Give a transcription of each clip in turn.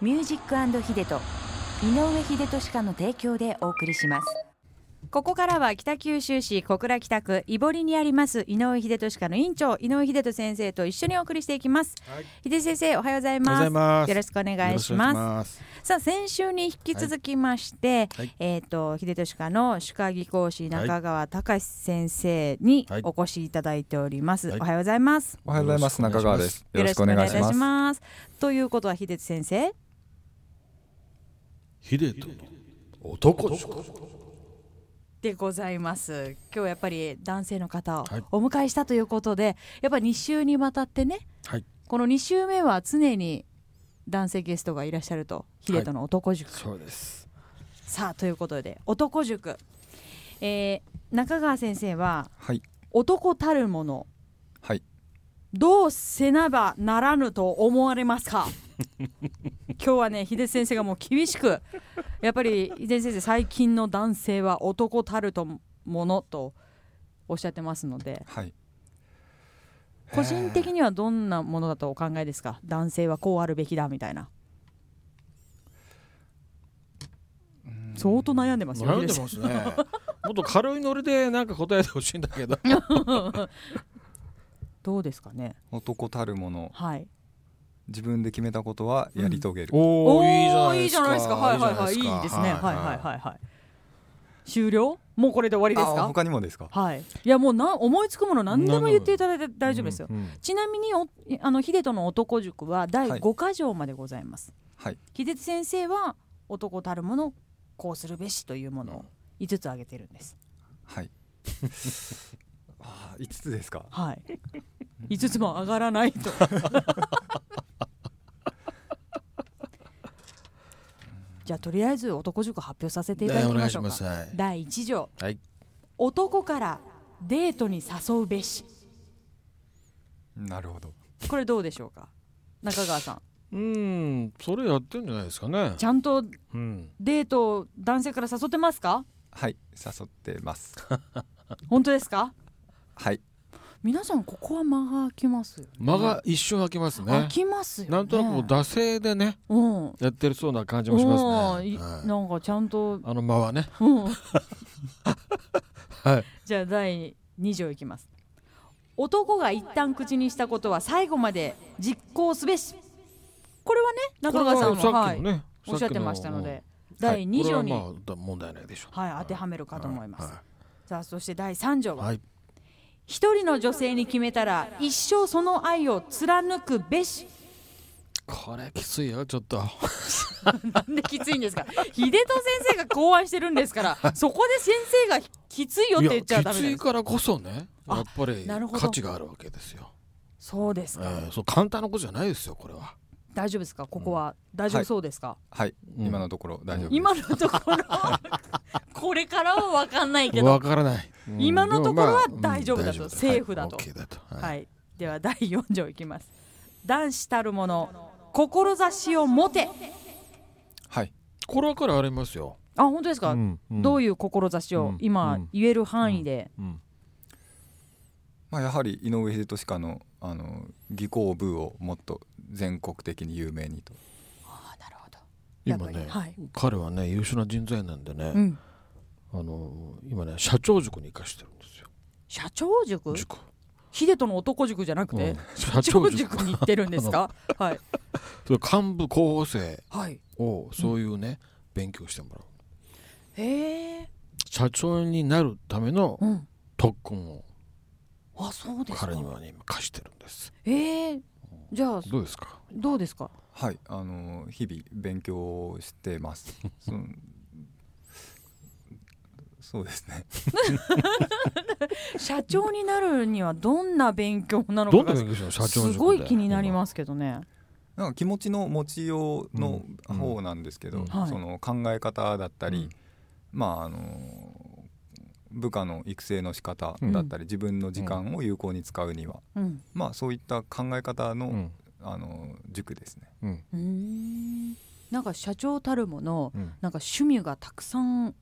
ミュージックヒデと井上秀俊家の提供でお送りしますここからは北九州市小倉北区井堀にあります井上秀俊家の院長井上秀俊先生と一緒にお送りしていきます、はい秀先生おはようございおはようごますざいます。よろしくお願いしよろまくすお願いします。さあ先週に引き続きまして、はいえっ、と秀俊家の歯科技講師中川隆先生にはいお越しいただいております、はいおはようございます、おはようございますよろ中しくお願川いしますですよろしくお願いしよろくおます願いしますということは秀俊先生ヒデと男塾。でございます今日やっぱり男性の方をはいお迎えしたということで、やっぱり2週にわたってねはい。この2週目は常に男性ゲストがいらっしゃるとヒデとの男塾、そうです。さあということで男塾、えー中川先生ははい男たるものはいどうせなばならぬと思われます か今日はね秀哲先生がもう厳しくやっぱり秀哲先生最近の男性は男たるとものとおっしゃってますのではい個人的にはどんなものだとお考えですか男性はこうあるべきだみたいな相当悩んでますよ悩んでますね。 もっと軽いノリでなんか答えてほしいんだけど。どうですかね男たるものはい自分で決めたことはやり遂げ る、おおーいいじゃないですかはいはいはいいいですねはいはいはいはい終了もうこれで終わりですあか他にもですかはいいやもうな思いつくもの何でも言っていただいて大丈夫ですよ、うんうんちなみにおあの秀人の男塾は第はい5箇条までございます、はい秀人先生は男たるものこうするべしというものを5つ挙げてるんですはい あー五つですか はい5つも上がらないとじゃあとりあえず男塾発表させていただねおき願まいししょうまかす。はい。第1条はい。男からデートに誘うべしなるほどこれどうでしょうか中川さんうーん、それやってんじゃないですかねち。ゃんとうん。デートを男性から誘ってますかはい誘って ます本当ですかはい皆さんここは間が空きますよね間が一瞬開きます空ね。きますよねなんとなくもう惰性でね、うんうんやってるそうな感じもしますね。はいなんかちゃん とあの間はね。うんはい。じゃあ第2条いきます男が一旦口にしたことは最後まで実行すべしこれはね中川さんこれもははさっきいのね、おっしゃってましたのさでっきの。第2条にはいこれはまあだ問題ないでしょう。はい当てはめるかと思いますはさあそして第3条ははい。一人の女性に決めたら一生その愛を貫くべし これきついよ、ちょっと。なんできついんですか秀人先生が考案してるんですからそこで先生がきついよって言っちゃダメいやできついすからこそねあやっぱりなるほど価値があるわけですよ、そうですえか、ーそう簡単なことじゃないですよこれは大丈夫ですかここは大丈夫そうですか、はい、うん今のところ大丈夫です今のと ころこれからは分かんないけどわからない、うん今のところはでも大丈夫だとうん大セーフだとはい OK だと、はいいでは第4条いきます男子たるもの志を持てはいこれはからありますよ、あ本当ですか、んどういいう志うをんう今ん言える範囲で、うん、うんまあやはり井上秀俊家のあの技工部をもっと全国的に有名にとあなるほど今ね、はい彼はね優秀な人材なんでね、うん、あの今ね社長塾に生かしてるんですよ社長塾塾、秀人の男塾じゃなくて、うん社長塾に行ってるんですか はいそれ幹部候補生はいをそういうね、勉強してもらうへえ社長になるためのうん特訓をあそうですか彼にはね今課してるんですええじゃあどうですかどうですかはい、あの日々勉強して ます。そのそうですね。社長になるにはどんな勉強なのどんかなが勉強したの社長すごい気になりますけどねなんか気持ちの持ちようのうん方なんですけうど、んはいその考え方だったり、うんまああの部下の育成の仕方だったり、自分の時間を有効に使うには、うんまあそういった考え方の、うんあの塾ですね。うんうーんなんか社長たるものうんなんか趣味がたくさん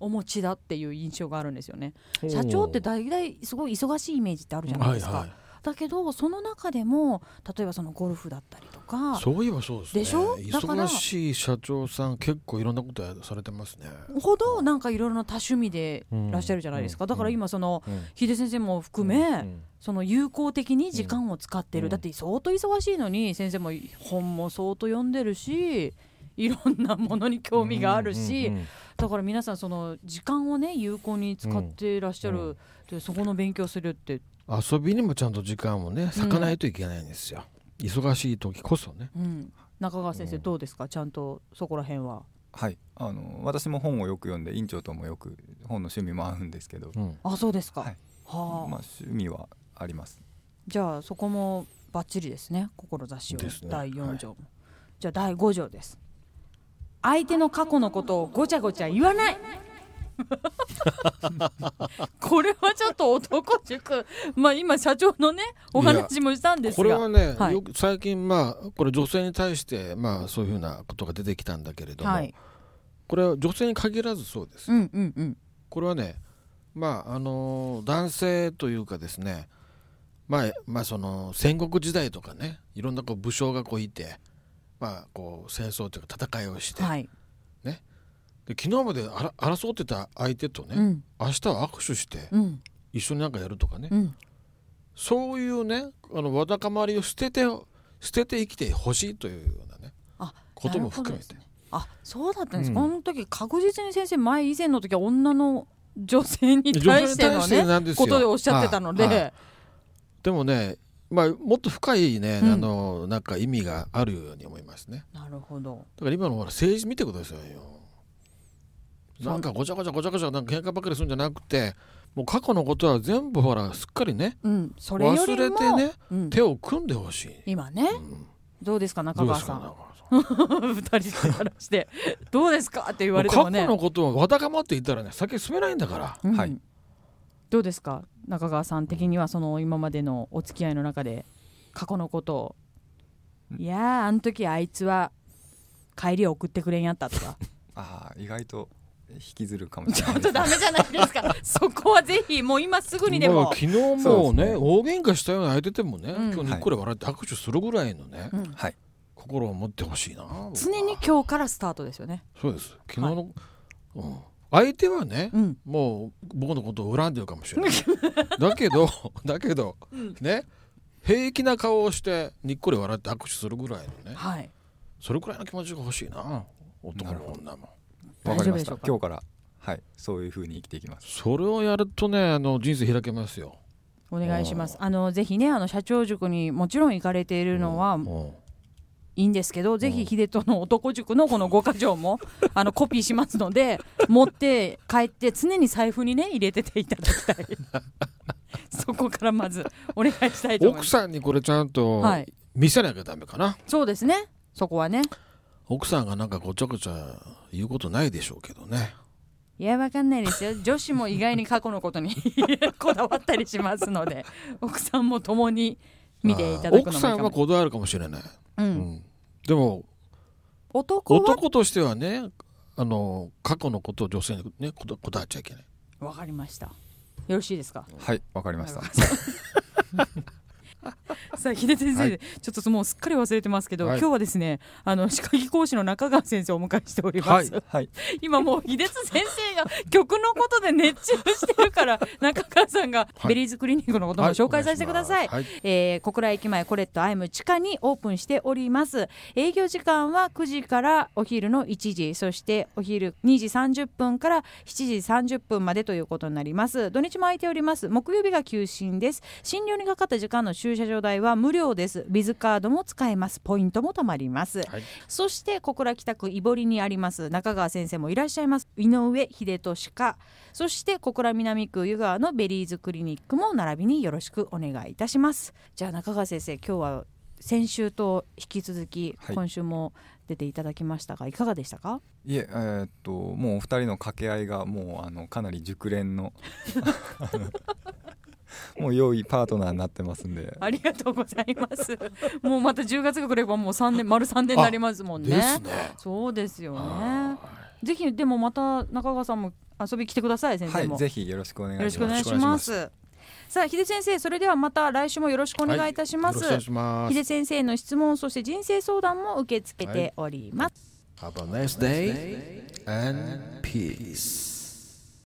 お持ちだっていう印象があるんですよね社長って大体すごい忙しいイメージってあるじゃないですか、はいはいだけどその中でも例えばそのゴルフだったりとかそういえばそうですねでしょだから忙しい社長さん結構いろんなことやされてますねほどなんかいろいろな多趣味でいらっしゃるじゃないですか、うんだから今そのうん秀先生も含め、その有効的に時間を使ってる、うんだって相当忙しいのに先生も本も相当読んでるしいろんなものに興味があるし、うんうんうんだから皆さんその時間をね有効に使っていらっしゃる、うんでそこの勉強するって、遊びにもちゃんと時間をね割かないといけないんですよ、忙しい時こそねうん、中川先生うんどうですか、ちゃんとそこら辺は。はいあの私も本をよく読んで院長ともよく本の趣味も合うんですけど、うんあそうですか、はいはあまあ趣味はありますじゃあそこもバッチリですね志を、ですね第4条も、じゃあ第5条です相手の過去のことをごちゃごちゃ言わ ないこれはちょっと男塾まあ今社長のねお話もしたんですこれがはね、はいよく最近まあこれ女性に対してまあそういうふうなことが出てきたんだけれども、はいこれは女性に限らずそうです、うんうんうんこれはねまああの男性というかですねまあまあその戦国時代とかねいろんなこう武将がこういてまあこう戦争というか戦いをして、はい、で昨日まであら争ってた相手とね、うん明日は握手してうん一緒になんかやるとかね、うんそういうねあのわだかまりを捨てて捨てて生きてほしいというようなねあことも含めて、なるあそうだったんです、うんこの時確実に先生前以前の時は女の女性に女性対にしての対してねなんですこよとでおっしゃってたので、はいはいでもね、まあ、もっと深いね、うんあのなんか意味があるように思いますねなるほどだから今のほら政治見てくださいよなんかごちゃごちゃごちゃごちゃなんか喧嘩ばっかりするんじゃなくてもう過去のことは全部ほらすっかりねうん、それよ忘りれもてねうん、手を組んでほしい、今ねうんどうですかど中うで川すさかん中川さん二人で話してどうですかって言われてもうも過ね去のことはわだかまっていたらね先進めないんだからうんはいどうですか中川さん的にはその今までのお付き合いの中で過去のことをうんいやーあの時あいつは帰りを送ってくれんやったとかああ意外と引きずるかもしちれょないっでとすダメじゃないですかそこはぜひもう今すぐにでまもあ、昨日そもうでねすね大喧嘩したような相手でもね、うん今日にっこり笑って拍手するぐらいのね、うんはい心を持ってほしいな僕は常に今日からスタートですよねそうです昨日の、うん、相手はね、うんもう僕のことを恨んでるかもし れないだけどだけど、ね平気な顔をしてにっこり笑って拍手するぐらいのねはいそれくらいの気持ちが欲しいな男も女もわかりまし大丈夫でしたょうか今日からはいそういう風に生きていきますそれをやるとねあの人生開けますよお願いしますあのぜひねあの社長塾にもちろん行かれているのはうんいいんですけど、ぜひ秀人の男塾のこの5箇条 もあのコピーしますので持って帰って常に財布にね入れてていただきたい そこからまずお願いしたいと思いま奥すさんにこれちゃんとはい見せなきゃダメかな、そうですねそこはね奥さんがなんかごちゃごちゃ言うことないでしょうけどねいやわかんないですよ女子も意外に過去のことに こだわったりしますので奥さんも共に見ていただくの奥もいいさかんはもこだわるかもしれない、う、うんんでも男は男としてはねあの過去のことを女性に、ね、こだこだわっちゃいけないわかりましたよろしいですかはいわかりました さあ秀先生、はいちょっともうすっかり忘れてますけど、はい今日はですねあの歯科技講師の中川先生をお迎えしております、ははい今もう秀津先生が曲のことで熱中してる から中川さんがはいベリーズクリニックのことも紹介させてください、はいえー小倉駅前コレットアイム地下にオープンしております営業時間は9時からお昼の1時そしてお昼2時30分から7時30分までということになります土日も空いております木曜日が休診です診療にかかった時間の駐車場代は無料ですビズカードも使えますポイントも貯まります、はいそして小倉北区井堀にあります中川先生もいらっしゃいます井上秀俊科そして小倉南区湯川のベリーズクリニックも並びによろしくお願いいたしますじゃあ中川先生今日は先週と引き続きはい今週も出ていただきましたが、い、かがでしたかいええーっともうお二人の掛け合いがもうあのかなり熟 練のもう良いパートナーになってますんで ありがとうございますもうまた10月が来ればもう3年丸3年になりますもんねですねそうですよねはぜひでもまた中川さんも遊び来てください先は生も、いぜひよろしくお願いよろししくおま願いすします。さあ秀先生それではまた来週もよろしくお願いいたします、よろしくお願いします秀先生の質問そして人生相談も受け付けております、 Have a nice day and peace.